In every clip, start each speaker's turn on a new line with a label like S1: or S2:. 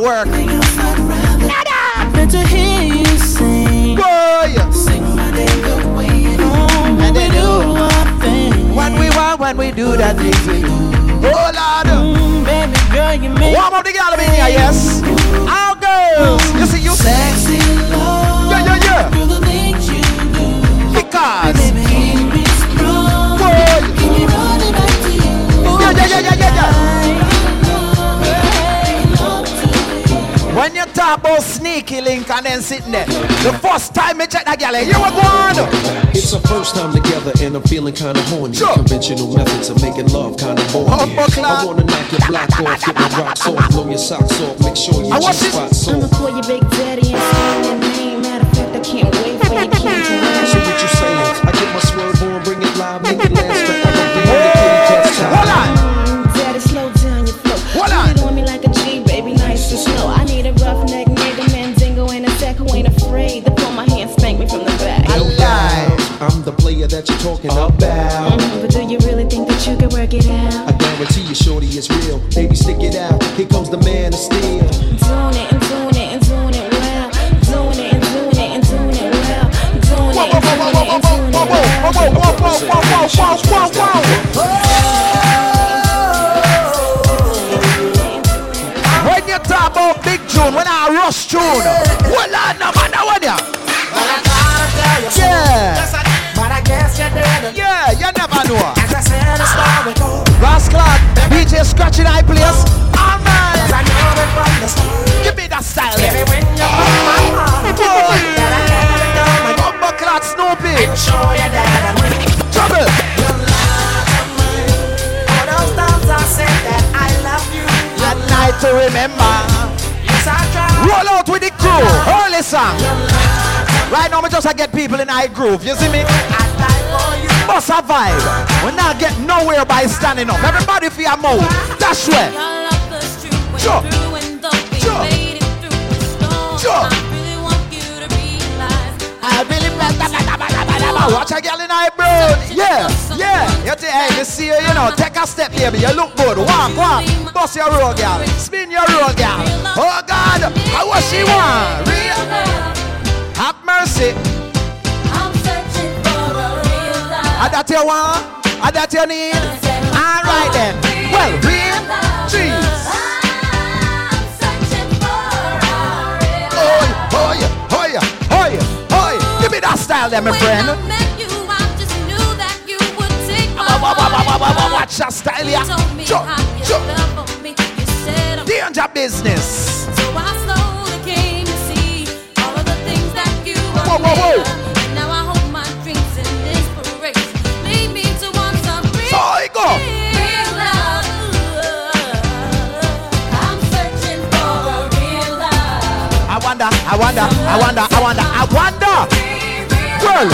S1: work.
S2: Meant to hear you sing.
S1: Boy,
S2: Sing my day away. Oh, when we do our thing.
S1: when we want, when we do that things we do. Oh Lord,
S2: Mm, baby girl, you make
S1: warm up the girl up in here, yes. Our girls, you see you,
S2: sexy love.
S1: yeah, yeah, yeah.
S2: Through the things you do.
S1: Because,
S2: Baby, keep me strong.
S1: boy,
S2: Keep me running back to you.
S1: yeah, yeah, yeah, yeah, yeah, yeah.
S2: Hey, love to you.
S1: When you talk about sneaky link and then sitting there, the first time me check that girl, you were gone.
S3: It's our first time together and I'm feeling kinda horny.
S1: Sure.
S3: Conventional methods of making love kinda boring.
S1: Humble clap.
S3: I wanna knock your block off, get my rocks off, blow your socks off, make sure
S1: I
S3: your
S1: want
S3: G
S1: this-
S3: spot's
S4: I'ma
S3: off.
S4: call your big daddy and scream your name. Matter of fact, I can't wait for you to
S3: So what you saying? I get my swerve on, bring it live, make it last forever. Damn, the kitty cat's
S1: Hold
S3: tired.
S1: on.
S4: Daddy, slow down your flow.
S1: What
S4: Do
S1: up?
S4: it on me like a G, baby, nice and slow. I need a rough neck, nigga, mandingo, and a sack who ain't afraid to pull my hand, spank me from the back.
S3: No doubt, I'm the player that you're talking
S1: Oh.
S3: about.
S4: But do you really think that you can work it out?
S3: I guarantee you, shorty, it's real. Baby, stick it out. Here comes the man of steel.
S4: Doing it and doing it and doing it well. Doing it and doing it and doing it well. Doing
S1: Whoa,
S4: it
S1: whoa, whoa, whoa, whoa,
S4: and doing it and
S1: whoa,
S4: doing it
S1: whoa, whoa, whoa, whoa,
S4: well.
S1: whoa, whoa, whoa, whoa, whoa, whoa. When you talk about big tune, when I rush tune, what on no matter what ya?
S5: But I gotta tell you,
S1: Yeah,
S5: yes, I did. But I guess you didn't.
S1: yeah, you never know.
S5: As I said, it's long ago.
S1: Last clock, DJ scratching eye players. All right,
S5: 'Cause I know it from the start.
S1: give me that style.
S5: Baby,
S1: yeah.
S5: when you put my heart,
S1: Boy,
S5: that I never done again.
S1: bumper clock Snoopy,
S5: I'll show you that I will.
S1: trouble.
S5: You'll lie to me. All those times I said that I love you.
S1: That night to remember.
S5: Yes, I tried.
S1: Roll out with the crew, early song. Right now, me just I get people in high groove. You see me?
S5: I died for you.
S1: Must a vibe. We not get nowhere by standing up. Everybody for your mouth. That's where. Sure. Sure. Sure. Watch a girl in high brown. Yeah, yeah. You think, hey, me see you, you know. Take a step, baby. You look good. Walk, walk. Bust your roll, girl. Spin your roll, girl. Oh, God. How what she want? Real. Have mercy. I that you want. I that you need. All right, then. Well, real. Jeez. Oi, oi, oi, oi, oi. Give me that style there, my friend. Wa- wa- wa- wa- wa- wa- wa- Watch that style, yeah. Chuk, chuk. Danger business. Whoa, whoa, whoa. So I go. I wonder, I wonder, I wonder, I wonder, I wonder. Girl.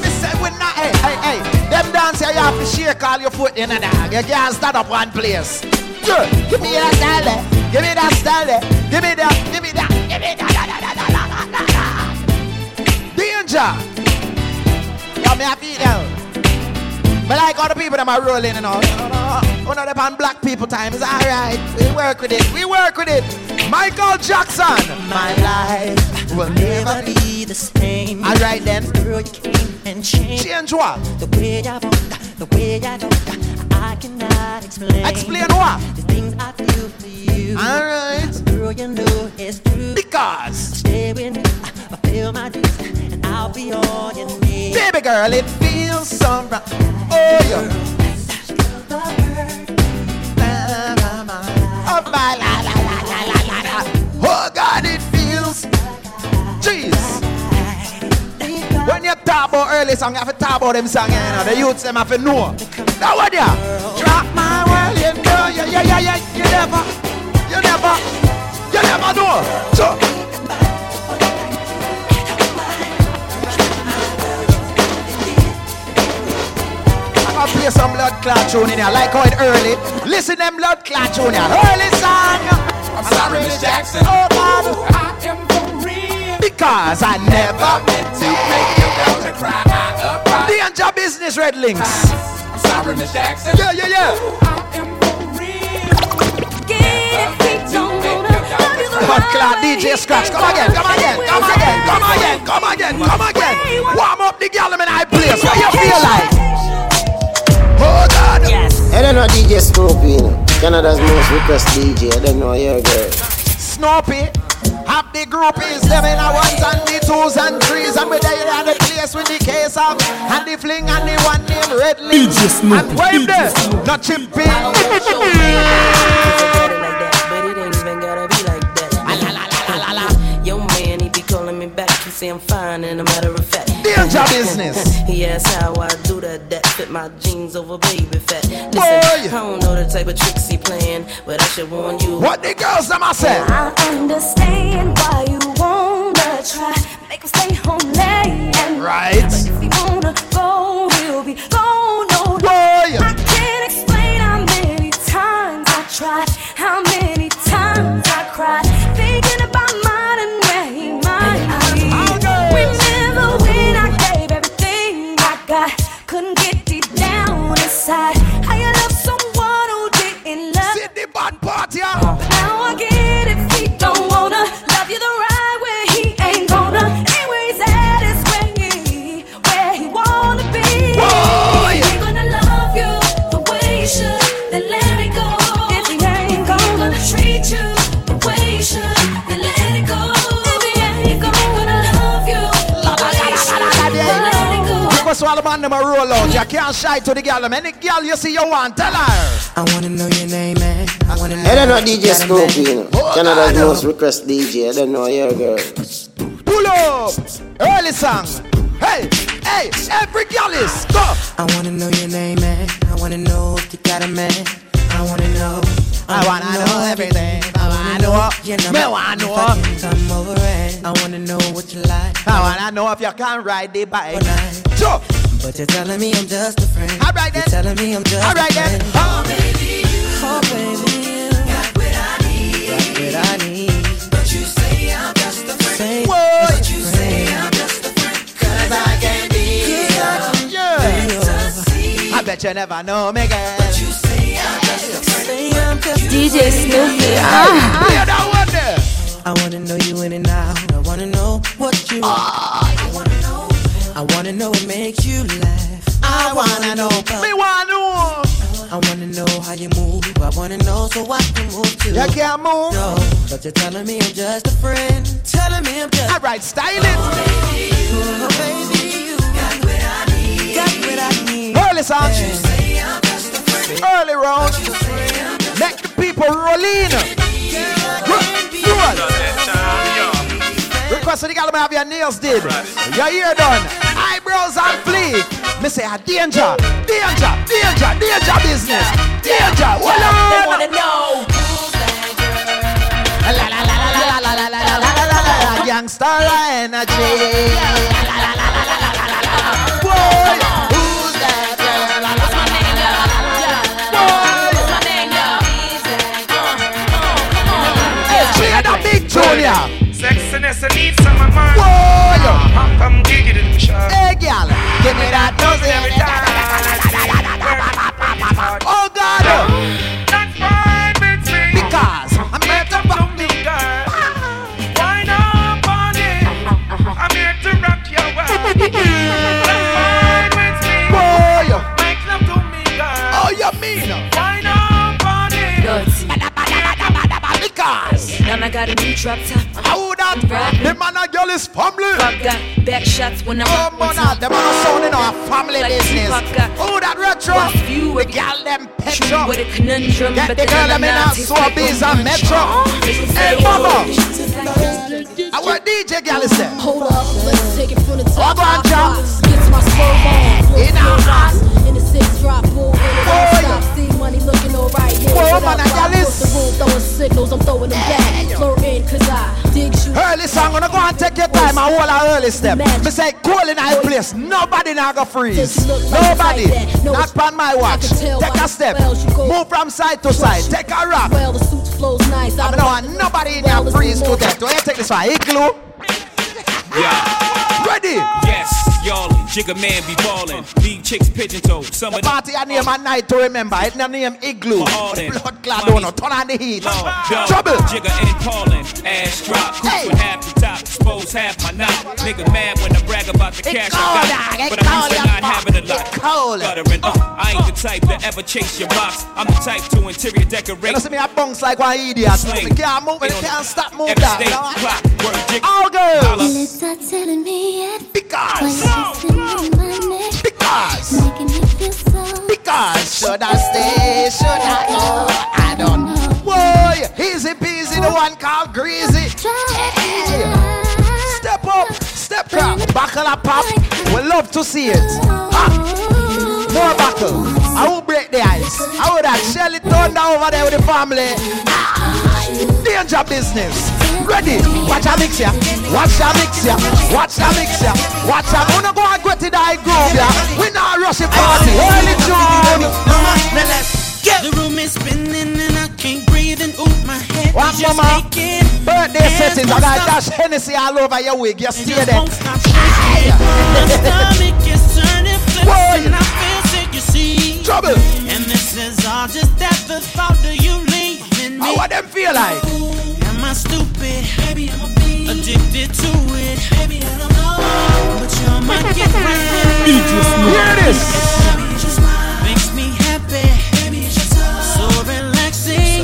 S1: Me say we not, hey, hey, hey. Them dance here, you have to shake all your foot in a dog. You can't stand up one place. Girl, give me that style there. Give me that style there. Give me that, give me that, give me that. Da, da, da, da, da, da, da. Danger. Yo, me happy now. But like all the people that are rolling and all. One of them on black people times. All right, we work with it. We work with it. Michael Jackson.
S5: My life will never be the same.
S1: All right then.
S5: Girl, you came and changed
S1: Change what?
S5: the way I want, the way I don't. I cannot explain.
S1: Explain what?
S5: the things I feel for you.
S1: Alright.
S5: Girl, you know it's true.
S1: Because,
S5: Stay with me, I feel my dreams, and I'll be all you need.
S1: baby girl, it feels so right. Oh, yeah. Na, na, na. Oh, my, la, la, la, la, la, la, la. Oh, God, it feels. Jeez. When you talk about early song, you have to talk about them song, you know. The youths, them have to know. Now what ya? Drop my world, you know. Yeah, yeah, yeah, yeah. You never, you never, you never know. So, I'm gonna play some blood clot tune in here. Like how it early. Listen them blood clot tune here. Early song. I'm sorry, Miss Jackson. Oh, God.
S6: I am for real.
S1: Because I never
S6: Meant to make you want to cry. I apologize.
S1: Danger business, Red Links.
S6: I'm sorry, Miss Jackson.
S1: Yeah, yeah, yeah.
S6: I am for real.
S4: Give
S1: with DJ Scratch. Come again, come again, come again, come again, come again, come again. Warm up the girl in I place. What you feel like? Oh God.
S3: I don't know DJ Snoopy, you know. Canada's most requested DJ. I don't know your girl.
S1: Snoopy. Have the group is them in a ones and the twos and threes And we there at the place with the case of And the fling and the one named Red Lee
S7: DJ Snoopy,
S1: And
S7: DJ
S1: wave there, not chimpy
S8: I'm fine and a matter of fact.
S1: Danger business.
S8: yes, how I do that. That fit my jeans over baby fat. Listen,
S1: Boy.
S8: I don't know the type of tricks he playing, but I should warn you.
S1: What the girls them a say
S9: I understand why you wanna try. Make him stay home late and
S1: Right
S9: if he wanna go, he'll Oh, be gone. No, no.
S1: Boy
S9: I can't explain how many times I tried, how many times I cried, thinking about mine and where he might be. Remember when I gave everything I got, couldn't get deep down inside. How you love someone who didn't love
S1: Sit the bad part yeah
S9: now I get it, he don't wanna love you the right way. He ain't gonna. Ain't where he's at is where he, where he wanna be.
S1: Boy!
S9: He ain't gonna love you the way you should. Then let it go. If he ain't gonna treat you the way you should, then let it go. If he ain't gonna love you the way you should, then let it go.
S1: Because all the man them a roll out You can't shy to the girl them Any girl you see you want tell her
S2: I wanna know your name, man. I wanna know.
S3: I don't know DJ Snoopy, you know. Canada's most requested DJ. I don't
S5: Oh,
S3: know your girl.
S1: Pull up Early song Hey, hey, every girl is go
S2: I wanna know your name, man. I wanna know if you got a man. I wanna know.
S1: I wanna know everything. I wanna know.
S2: You
S1: Me wanna
S2: If I
S1: know.
S2: can come over and I wanna know what you like.
S1: I wanna know if you can ride the bike.
S2: All night.
S1: So,
S2: But you're telling me I'm just a friend.
S1: All right then.
S2: You're telling me I'm just
S1: alright
S2: a
S1: then.
S2: friend.
S1: Uh,
S2: Oh, baby, you got what I need. Got what I need. But you say I'm just a friend.
S1: What?
S2: you say I'm
S1: yeah. I bet you never know me, girl.
S2: say I'm just a friend.
S10: DJ Snoopy. Ah.
S1: Hear that one there?
S2: I wanna know you in and out. I wanna know what you I wanna know what makes you laugh. I wanna know
S1: Me wanna know.
S2: I wanna know how you move. I wanna know so I can move too.
S1: You can't move.
S2: No, but you're telling me I'm just a friend. Telling me I'm just
S1: Alright, style it.
S2: a baby. You got what I need. Got what I need.
S1: Early song. Early round. Let the people roll in. Roll. Request to the girl have your nails did. Your ear done. Eyebrows and flea. Me say a danger, danger, danger, danger business. Danger. Hold
S8: They
S1: on.
S8: wanna know.
S1: La la la la la la la la la la la la la la. Gangsta energy. Boy. Who's that girl? La, la, la, la, la, la, la. Boy. Hey, Play that big tune, yeah.
S11: Sexiness and needs on my mind.
S1: Boy.
S11: Pump, pump, giggity, the shot.
S1: Hey, girl. Give me that
S11: Every
S1: dozen.
S11: time.
S1: Oh, God.
S11: That's fine with me.
S1: Because I'm here
S11: Make
S1: to
S11: up
S1: rock
S11: some new girl. Wind up on it. I'm here to rock your world. That's fine with me.
S1: Boy.
S11: Make love to me, girl.
S1: Oh, you mean?
S11: Wind up on it.
S1: Because
S10: Now I got a new drop top.
S1: how that the man and girl is family.
S10: Pop got back shots when I
S1: Oh,
S10: rock
S1: man,
S10: one
S1: ah,
S10: time.
S1: the man is sounding our family
S10: Like
S1: business.
S10: Tupac got
S1: Oh, that retro.
S10: one view
S1: The
S10: every-
S1: girl them
S10: True
S1: petro.
S10: with a conundrum,
S1: Get
S10: but
S1: the girl them in our
S10: taste like
S1: swabbies
S10: a
S1: and
S10: munch.
S1: metro.
S10: They can
S1: Hey,
S10: say,
S1: mama.
S10: "Oh, this is like a
S1: Our DJ gal is there.
S9: Hold up, let's take it from the top.
S1: Hold on, John.
S9: Gets my swerve on.
S1: In our eyes.
S9: In the six drop, bull, in
S1: Oh,
S9: the oh,
S1: yeah.
S9: stop. See money looking alright. Hit
S1: Whoa,
S9: it
S1: man,
S9: up,
S1: I got
S9: rock
S1: this.
S9: with the room, throwing signals, I'm throwing them back. Flirting, cause I dig you.
S1: Early song, gonna go and take your time and hold a early step. Me say, cool in our place, nobody not gonna freeze. Nobody, not on my watch. Take a step, move from side to side, take a rock.
S9: Well, the suit flows nice.
S1: I don't want nobody in your freeze to that. Don't you take this one, igloo?
S11: Yeah.
S1: Ready?
S11: Yes, y'all
S12: Jigga man be ballin', leave chicks pigeon toe. Some
S1: The
S12: of them
S1: party I name at night to remember. It na name Igloo.
S12: All in.
S1: Blood clad donut. Turn on the heat.
S12: Yo,
S1: Trouble.
S12: Jigga and Paulin, ass drop, coop
S1: Hey.
S12: with half the top, expose half my knot. Nigga mad when I brag about the
S1: It
S12: cash
S1: cold,
S12: I
S1: dog. It
S12: got, but I'm
S1: cold,
S12: used to
S1: yo,
S12: not having a
S1: fuck.
S12: lot.
S1: It cold.
S12: Guttering, uh, I ain't the type to ever chase your box. I'm the type to interior decorate.
S1: You see me a bounce like one idiot.
S12: Sling.
S1: Me can't move and
S12: It
S1: can't stop move
S12: Every
S1: that.
S12: state,
S1: No,
S12: clock, work, jig-
S1: I- All girls.
S12: Holla.
S10: telling me yes.
S1: Because.
S10: Because.
S1: Because.
S10: Making me feel so.
S1: Because. Should I stay? Should I go? I don't know. Boy, easy peasy. The one called greasy.
S10: Step
S1: Step up. Step up. Buckle up, pop. We love to see it. More battle. I will break the ice. I would have shell it thunder over there with the family. Ah, Danger business. Ready? Watch a mix ya. Watch a mix ya. Watch a mix ya. Watch a. Wanna go and go to the high groove ya. We not rush a party. Early June.
S2: Now let's get. The room is spinning and I can't breathe and ooh, my head
S1: What,
S2: is just
S1: mama?
S2: aching.
S1: Birthday
S2: Hands
S1: settings. I
S2: won't
S1: got
S2: stop.
S1: Dash Hennessy all over your wig. You
S2: It
S1: stay
S2: just
S1: there.
S2: won't stop shaking. My stomach is turning flips
S1: Whoa.
S2: and I feel sick, you see.
S1: Trouble.
S2: And this is all just afterthought. Do you leave in
S1: How
S2: me?
S1: what them feel like?
S2: Am I stupid? Maybe I'm a bee. Addicted to it. Maybe I don't know. But you're my gift right here.
S1: Hear this.
S2: Maybe it's just mine. Makes me happy. Maybe it's just us. So relaxing.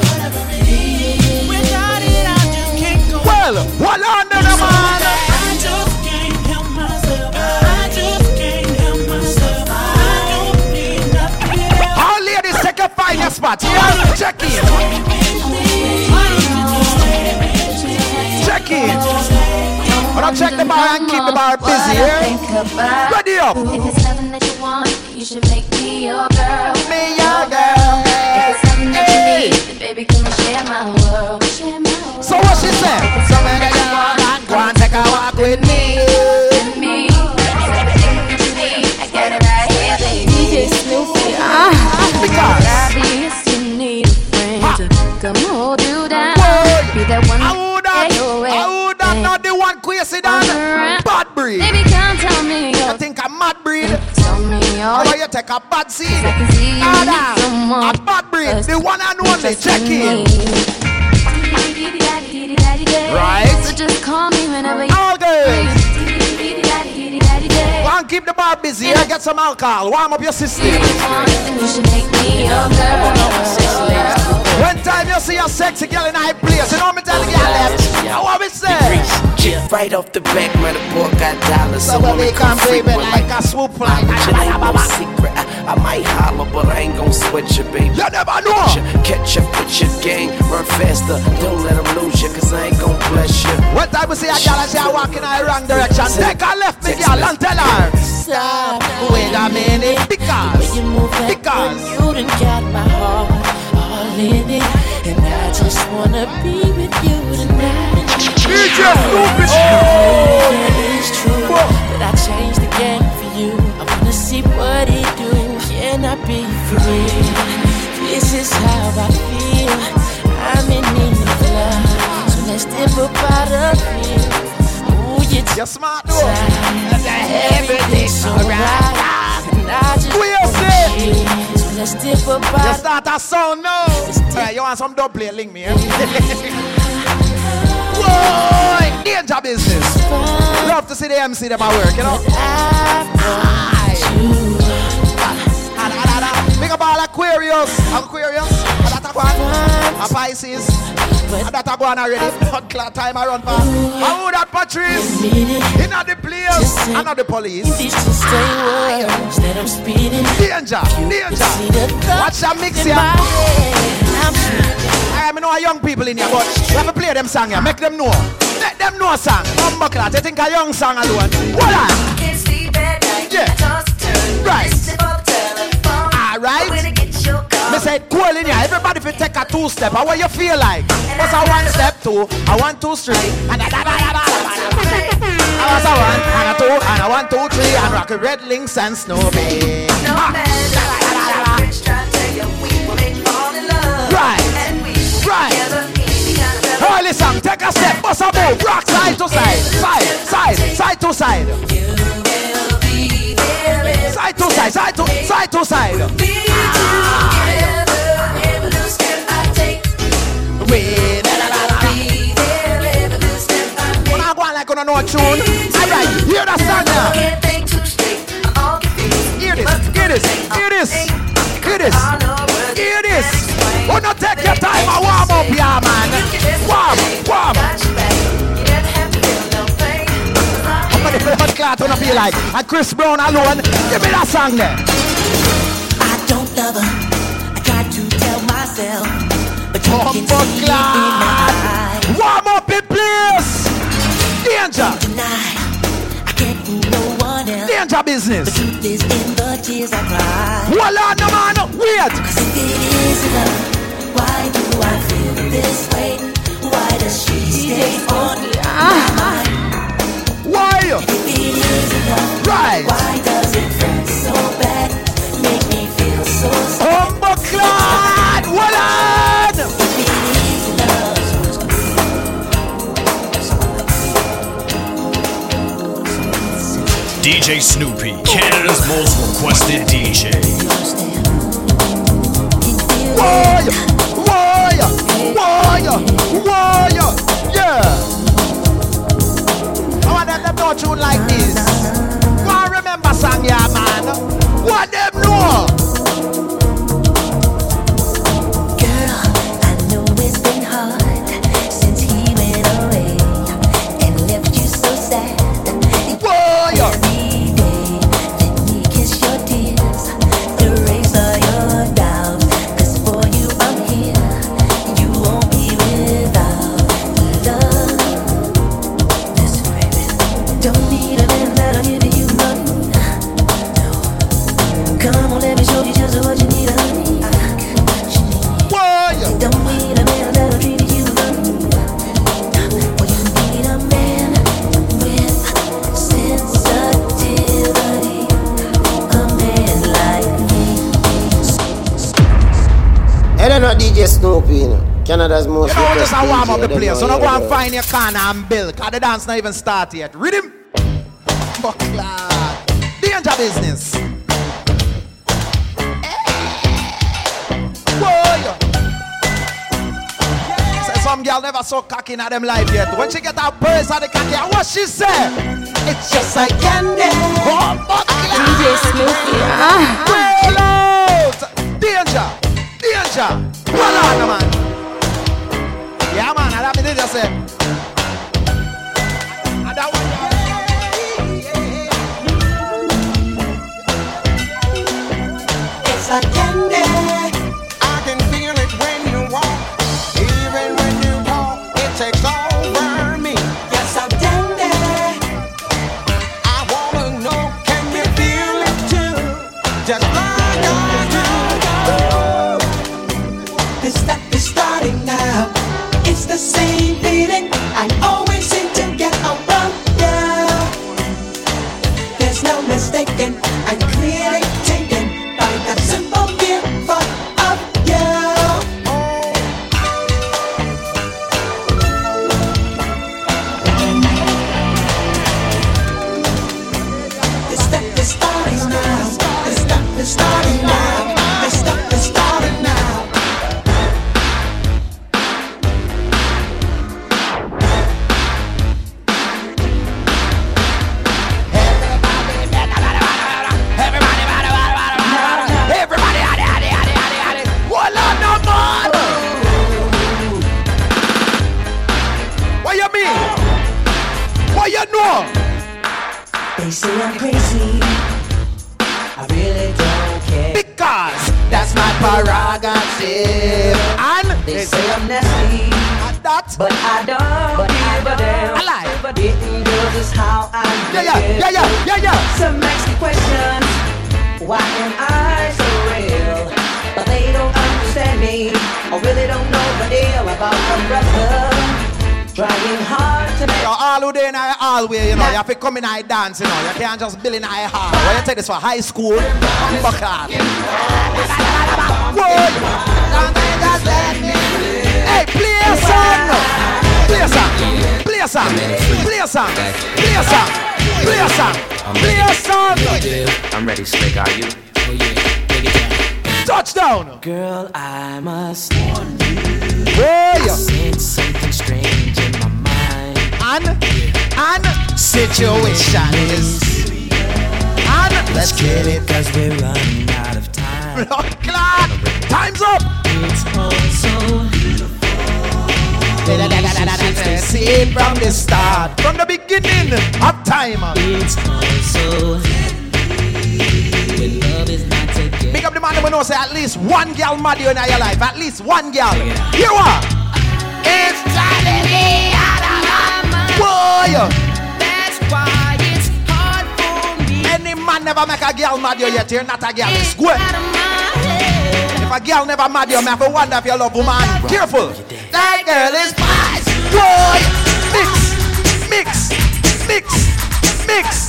S2: Without it, I just can't go.
S1: Well, what under the man?
S2: I just can't help myself. I just can't help myself. I don't need nothing else.
S1: All ladies take a find your spot. Yeah, check in. Check in. But I check the bar and keep the bar busy, yeah? Ready up.
S10: If it's something that you want, you should make me your girl.
S1: Me, your girl.
S10: If it's something that
S1: Hey.
S10: you need, then baby, can we share my world? Share my world.
S1: So what she said? So when the girl and go and take a walk with me.
S10: With me. Everything that you need, I got it right here, baby. DJ Snoopy, ah.
S1: Because,
S10: Obvious you need a friend to come hold you down.
S1: Boy.
S10: Be that one
S1: I would have,
S10: stay away.
S1: I would have not the one crazy done. Bad breed.
S10: Uh-huh. Baby, come tell me
S1: You
S10: your,
S1: think I'm mad breed?
S10: tell me your.
S1: How about you take a bad seed?
S10: can see you need
S1: Ada,
S10: someone
S1: a bad breed, the one and only.
S10: Just
S1: Check in. Right.
S10: So just call me whenever you
S1: All girls.
S10: want.
S1: One, keep the bar busy. Yeah, get some alcohol. Warm up your system.
S10: And you should make me your girl.
S1: When time you see a sexy girl in a high place, you know me tell the girl that. I want me say.
S5: Chip right off the back, man, the boy got dollars.
S1: So when they come baby like a swoop fly.
S5: It ain't no secret. I, I might holler, but I ain't gon' sweat you, baby.
S1: You never know.
S5: Catch up with your gang, run faster. Don't let 'em lose you, cause I ain't gon' bless you.
S1: When time you see a girl and she a walk in the wrong direction, take her left me girl and tell her. Stop. Wait a minute. Because. Because.
S2: You done got my heart all in it, and I just wanna be with you tonight. Oh, it is true that I changed the game for you. I wanna see what it do. Can I be free? This is how I feel. I'm in need of love, so let's dip up out of here. Ooh, you
S1: You're smart though.
S2: everything's alright, and I just
S1: We are
S2: wanna
S1: set.
S2: chill. So let's dip up out
S1: You
S2: of
S1: start a sound now. Hey, you want some dub play? Link me. Eh? Whoa, danger business. Love to see the MC that I work, you know. Ah, da, da, da. Big up all Aquarius. Aquarius. And that a one. A Pisces. And that a one already. Blood clot time I run past. I would that Patrice. In at the place. And not the police.
S2: These just say words that I'm speeding.
S1: Danger.
S2: See
S1: Danger.
S2: the
S1: Watch
S2: thoughts
S1: that mix
S2: in
S1: here.
S2: my head. I'm
S1: I mean, know our young people in here, but we have to play them song here. Make them know. Make them know song. Come back, lad. You think a young song alone? Hold on.
S10: Can't sleep at night.
S1: Yeah.
S10: I toss and turn.
S1: Right.
S10: Listen for the telephone.
S1: All right.
S10: When it gets your call.
S1: Me said, cool in here. Everybody, if you take a two step, how you feel like? What's a one step, two? I want two straight. And a da da da da da da. I was a one, and a two, and a one, two, three, and rock a red links and snowman.
S10: No
S1: Ah.
S10: matter how rich, try to tell you, we will make you fall in love.
S1: Right.
S10: And we will be
S1: Right.
S10: together any kind of
S1: Hey, listen, take a step, bust a move, rock side to side, side, side, side to side.
S10: You will be there.
S1: side, side to side to side. We da da da da. When I go on like on no tune, all right. Hear that song now. Hear this, hear this, hear this, hear this, hear this. Oh no, take your time. I warm up, yeah, man. Warm, warm. I'm gonna play hot cloud when I feel like. And Chris Brown alone. Give me that song there.
S9: I don't love her. I try to tell myself, but
S5: Oh,
S1: Hot
S9: you can see it in my eyes.
S1: cloud. Warm up in place. Danger.
S9: Tonight, I can't fool no one else.
S1: Danger business.
S9: The truth is in the tears I cry.
S1: Hold on, no man. Wait.
S9: Cause if it is love, why do I feel this way? Why does she stay on my mind?
S1: Why?
S9: If it is love,
S1: Right.
S9: why does it hurt so bad? Make me feel so sad.
S1: Humble cloud. Hold on.
S9: If it is love,
S13: DJ Snoopy, Canada's most requested DJ.
S1: Why? Why? Why? Why? Yeah. I want them to know tune like this. Why remember song, yeah, man? What them know?
S9: girl, I know it's been hard since he went away and left you so sad.
S1: Why?
S9: Every day, let me kiss your tears, erase all your doubts. 'Cause for you I'm here, you won't be without love. This baby, don't need a man that'll give you money. Come on, let me show you just what you need, honey.
S1: Why?
S9: Don't need a man that'll treat you right. Well, you need a man with sensitivity. A man like
S14: Hey, they not DJ Snoopy, you know. Canada's most
S1: You know,
S14: requested
S1: just a warm up
S14: DJ,
S1: the
S14: they
S1: place. So
S14: know
S1: now go
S14: you,
S1: and
S14: bro.
S1: find your corner and build. Cause the dance not even start yet. Rhythm. Fuck lad. Danger business. Boy. Say some girl never saw cock in her them life yet. When she get her purse and the cocky, and what she say? It's just like candy. Oh, fuck
S4: DJ Snoopy. Ah.
S1: Roll out! Danger! Danger! Roll on, man! Yeah, man, I love it, just say. And that one,
S5: It's a candy. I can feel it when you walk. Even when you talk, it takes over me. Yes, a candy. I wanna know, can you feel it too? Just like I do. This stuff is starting now. It's the same feeling. I always seem to get around. Yeah. There's no mistaking, I'm clearly taken by that simple gift of you. This stuff is starting now. This stuff is starting now. This stuff is starting now.
S1: Everybody, howdy, howdy, howdy, howdy, howdy. Roll on, no man! What you mean? What you know?
S5: They say I'm crazy. I really don't care.
S1: Because that's my prerogative. And
S5: They say I'm nasty,
S1: that.
S5: but I don't give a damn.
S1: I lie.
S5: But getting girls is how I
S1: Yeah, yeah,
S5: get.
S1: yeah, yeah, yeah, yeah.
S5: Some ask me questions. Why am I so real? But they don't understand me. I really don't know the deal about the brother. Trying hard to make
S1: Yo, all who they in I hallway, you know, you have to come in I dance, you know. You can't just build in I hall. When you take this for high school, fuck off. Word. Don't they just let me- Hey, play a song. Play a song. Play a song, play a song, play a song, play a song, play a song.
S15: I'm ready, slick. Are you?
S2: Oh,
S1: Touchdown.
S2: Girl, I must warn you.
S1: I
S2: sense something strange in my mind.
S1: And, and, situation is. And,
S2: Let's get it, cause we're running out of time.
S1: Clock! Time's up!
S2: It's all so
S1: See from the start, from the beginning of time.
S2: It's also when love is not together.
S1: Big up the man who knows say at least one girl mad you in your life. At least one girl. Here we are. It's driving me out of my mind. That's why it's hard for me. Any man never make a girl mad you yet. You're not a girl. It's good. If a girl never mad you, I have to wonder if you love woman. Careful. That girl is mine. Boy. Mix. Mix. Mix. Mix.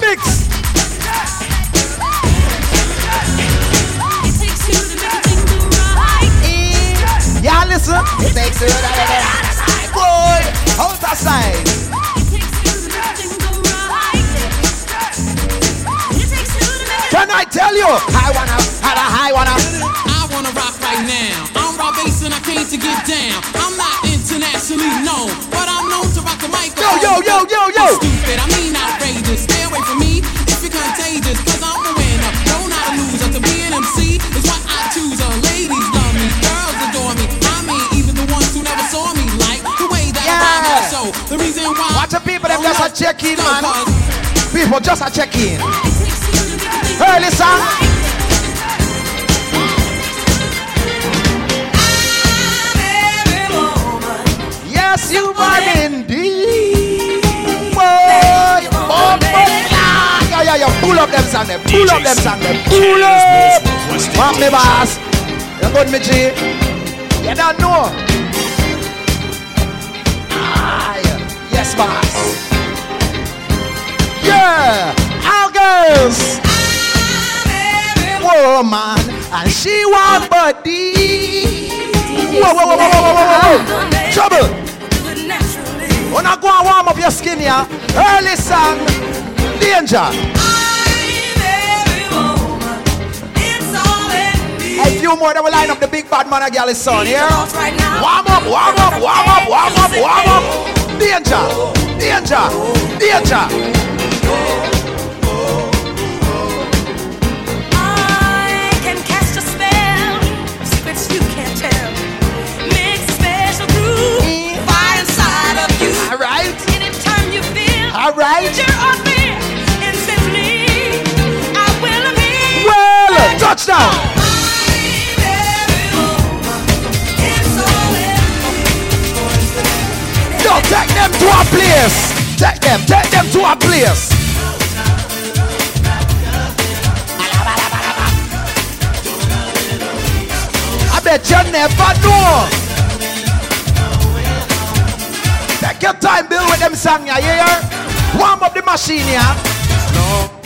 S1: Mix. Y'all listen. It takes you to make it Boy, hold that side. Can I tell you? I wanna, I wanna, I wanna.
S16: I wanna rock right now. I'm Rob Bass and I came to get down. I'm not internationally known, but I'm known to rock the microphone.
S1: Yo, yo, yo, yo, yo.
S16: I'm stupid, I mean outrageous. Stay away from me if you're contagious, cause I'm a winner. No, not a loser. To be an MC is what I choose. Uh, ladies love me, girls adore me. I mean, even the ones who never saw me like the way that I rhyme
S1: Yeah.
S16: my show. The reason why.
S1: Watch the people, them
S16: don't
S1: just a
S16: like
S1: check in,
S16: stuff,
S1: man.
S16: uh,
S1: People, just a check in. Hey, listen. Yes, you are indeed. Boy, boy, boy. Yeah, yeah, yeah. Pull up them song, them. Pull up them song, them. Pull up. Pop me, boss. You good, me G? You don't know. Ah, yeah. Yes, boss. Yeah, our girls. Woman, and she want body. Whoa, whoa, whoa, whoa, whoa, whoa, whoa, whoa, whoa. Trouble. When I go and warm up your skin, yeah. Early song, danger. A few more that will line up the big bad man and girl is son, yeah? Warm up, warm up, warm up, warm up, warm up. Danger, danger, danger. All right. Well, touchdown. Yo, take them to a place. Take them, take them to a place. I bet you never know. Take your time, Bill, with them song, yeah, you hear? Warm up the machine, yeah.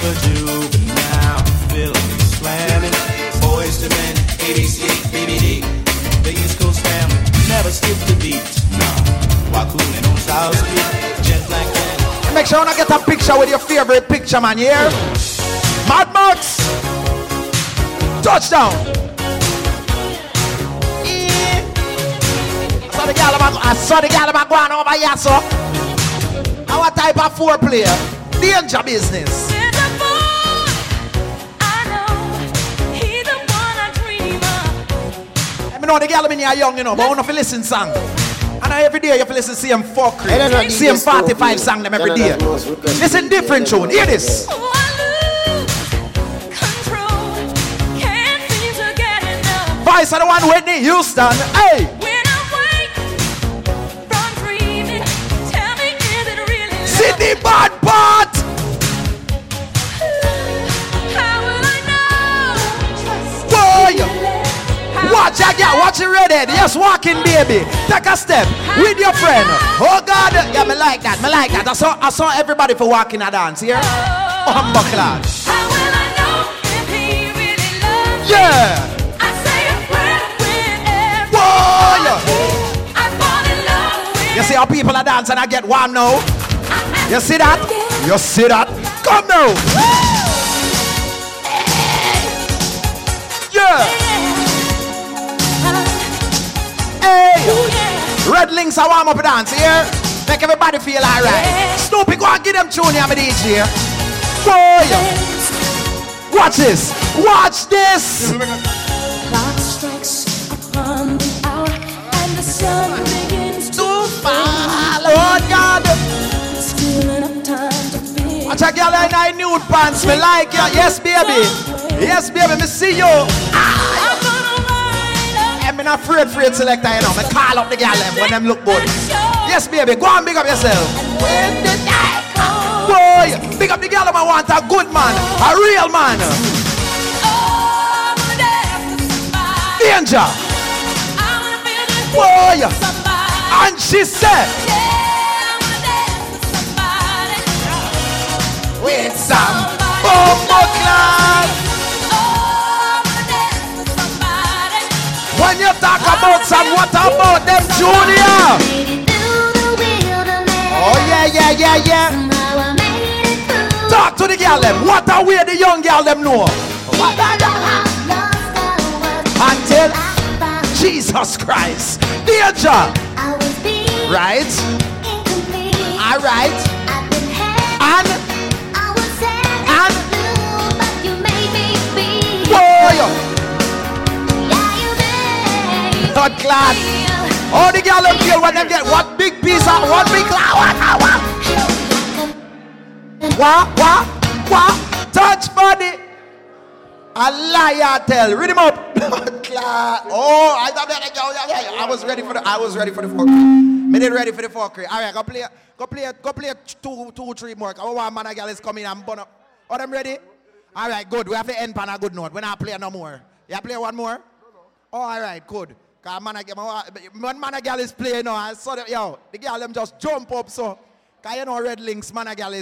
S1: And Make sure you get a picture with your favorite picture, man, you hear? Mad Max! Touchdown! Eh. I saw the gal about, I saw the gal about going over here, so. Our type of foreplay. Danger business. I mean, know the gal been here young, you know, but I want to listen song. And I every day you have to listen to same fuckery.
S14: Hey, that's not
S1: Same
S14: DJ Scorpion.
S1: 45 song them every day.
S14: Canada's most requested
S1: Listen different tune. Hear this. Voice of the one Whitney Houston. Hey! Sydney Bad Part! Boy! Watch I get, watch it ready. Yes, walking baby. Take a step with your friend. Oh God, yeah, me like that, me like that. I saw, I saw everybody for walking a dance here. Oh, I'm buckling. Yeah. Boy! You see how people are dancing I get warm now? You see that? You see that? Come now! Yeah! Hey! Red links are warm up dance here. Make everybody feel alright. Snoopy, go and give them tune here, I'm a DJ. Go, yeah. Watch this! Watch this!
S10: Clock strikes upon the hour and the sun begins to fall.
S1: Lord Oh, God.
S10: Still enough time to be.
S1: Watch a girl in her nude pants. Me like you. Yes, baby. Yes, baby. Me see you. Ah. I'm not afraid for it, selector, you know. Me call up the girl them when them look good. Yes, baby. Go and big up yourself. Boy, big up the girl them I want. A good man. A real man. Danger. Boy. And she said. With some bumbo clan.
S10: Oh,
S1: When you talk about some, what about them junior? Oh yeah, yeah, yeah, yeah. Talk to the girl them. What a way the young girl them know. Until Jesus Christ, danger, right? All right. And and boy, not glad. All the girl them feel when them get one big piece of one big cloud. What? What? What? What? What? Touch body. A liar tell. Read him up. Cla- oh, I thought that I was ready for the. I was ready for the fuckery. Me did ready for the fuckery. All right, go play. Go play. Go play two, two, three more. Our one man and girl is coming and burn up. All them ready? All right, good. We have to end on a good note. We're not playing no more. You play one more? Oh, all right, good. Cause man, I get my one man a girl is playing now. I saw them, yo, the girl them just jump up so. Cause you know red links, man a girl is